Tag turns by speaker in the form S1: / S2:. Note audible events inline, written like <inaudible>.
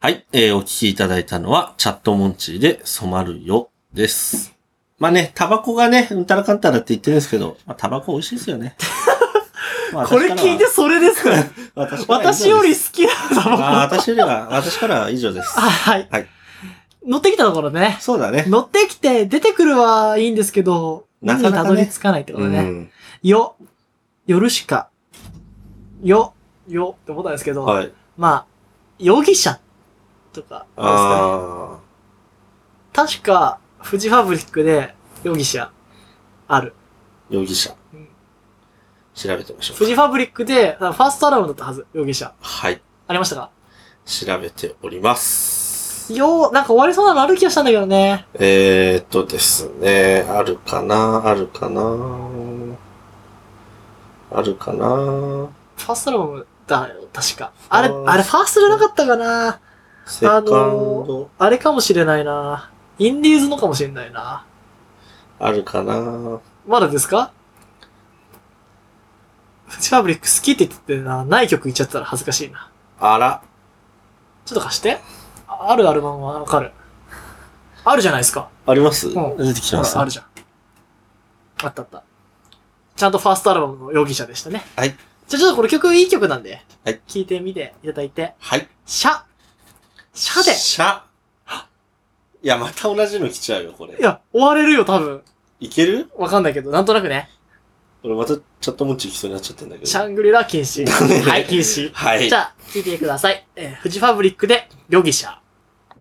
S1: はい。えー、お聞きいただいたのは、チャットモンチーで染まるよ、です。まあね、タバコがね、うんたらかんたらって言ってるんですけど、まあ、タバコ美味しいですよ
S2: <laughs>
S1: ね。まあ
S2: これ聞いて、それですか
S1: 私 <laughs> からは
S2: 私より好きなタバコ。
S1: あー私よりは、私からは以上です
S2: あ、。はい。
S1: はい
S2: 乗ってきたところね。
S1: そうだね。
S2: 乗ってきて、出てくるはいいんですけど、
S1: な
S2: 何
S1: かなか
S2: に
S1: ね
S2: たどり着かないってことね。
S1: うん。
S2: よ、よるしか、よ、よってことなんですけど、
S1: はい。
S2: まあ、容疑者とかですかね。
S1: あ
S2: 確か、フジファブリックで容疑者ある。
S1: ー、容疑者
S2: うん。
S1: 調べてみましょうか。
S2: フジファブリックで、あファーストアラウンドだったはず、容疑者。
S1: はい。
S2: ありましたか
S1: 調べております。
S2: よう、なんか終わりそうなのある気がしたんだけどね。
S1: えー、っとですね、あるかな、あるかな、あるかな、
S2: ファーストアラウンドだよ、確か。あれ
S1: ファー、ス
S2: あれファーストじゃなかったかな
S1: セカンド、
S2: あのあれかもしれないな。インディーズのかもしれないな。
S1: あるかな、
S2: まだですかフジファブリック好きって言っててな、ない曲言っちゃったら恥ずかしいな。
S1: あら、
S2: ちょっと貸して。ああるアルバムはわかる。あるじゃないですか。
S1: あります、
S2: うん
S1: 出てきまし
S2: ほらあ
S1: た
S2: る。じゃん。あったあった。ちゃんとファーストアルバムの容疑者でしたね。
S1: はい。
S2: じゃあちょっとこれ曲いい曲なんで。
S1: はい。
S2: 聴いてみていただいて。
S1: はい。
S2: シャシャで
S1: シャ。いや、また同じの来ちゃうよ、これ
S2: い。や、終われるよ、多分。
S1: いける
S2: わかんないけど、なんとなくね。
S1: 俺またチャットモンチー来そうになっちゃってんだけど。
S2: シャングリラ禁止。
S1: ダメね
S2: はい、禁止。
S1: はい
S2: じ。ゃあ、聴いてください。えー、フジファブリックで、容疑者。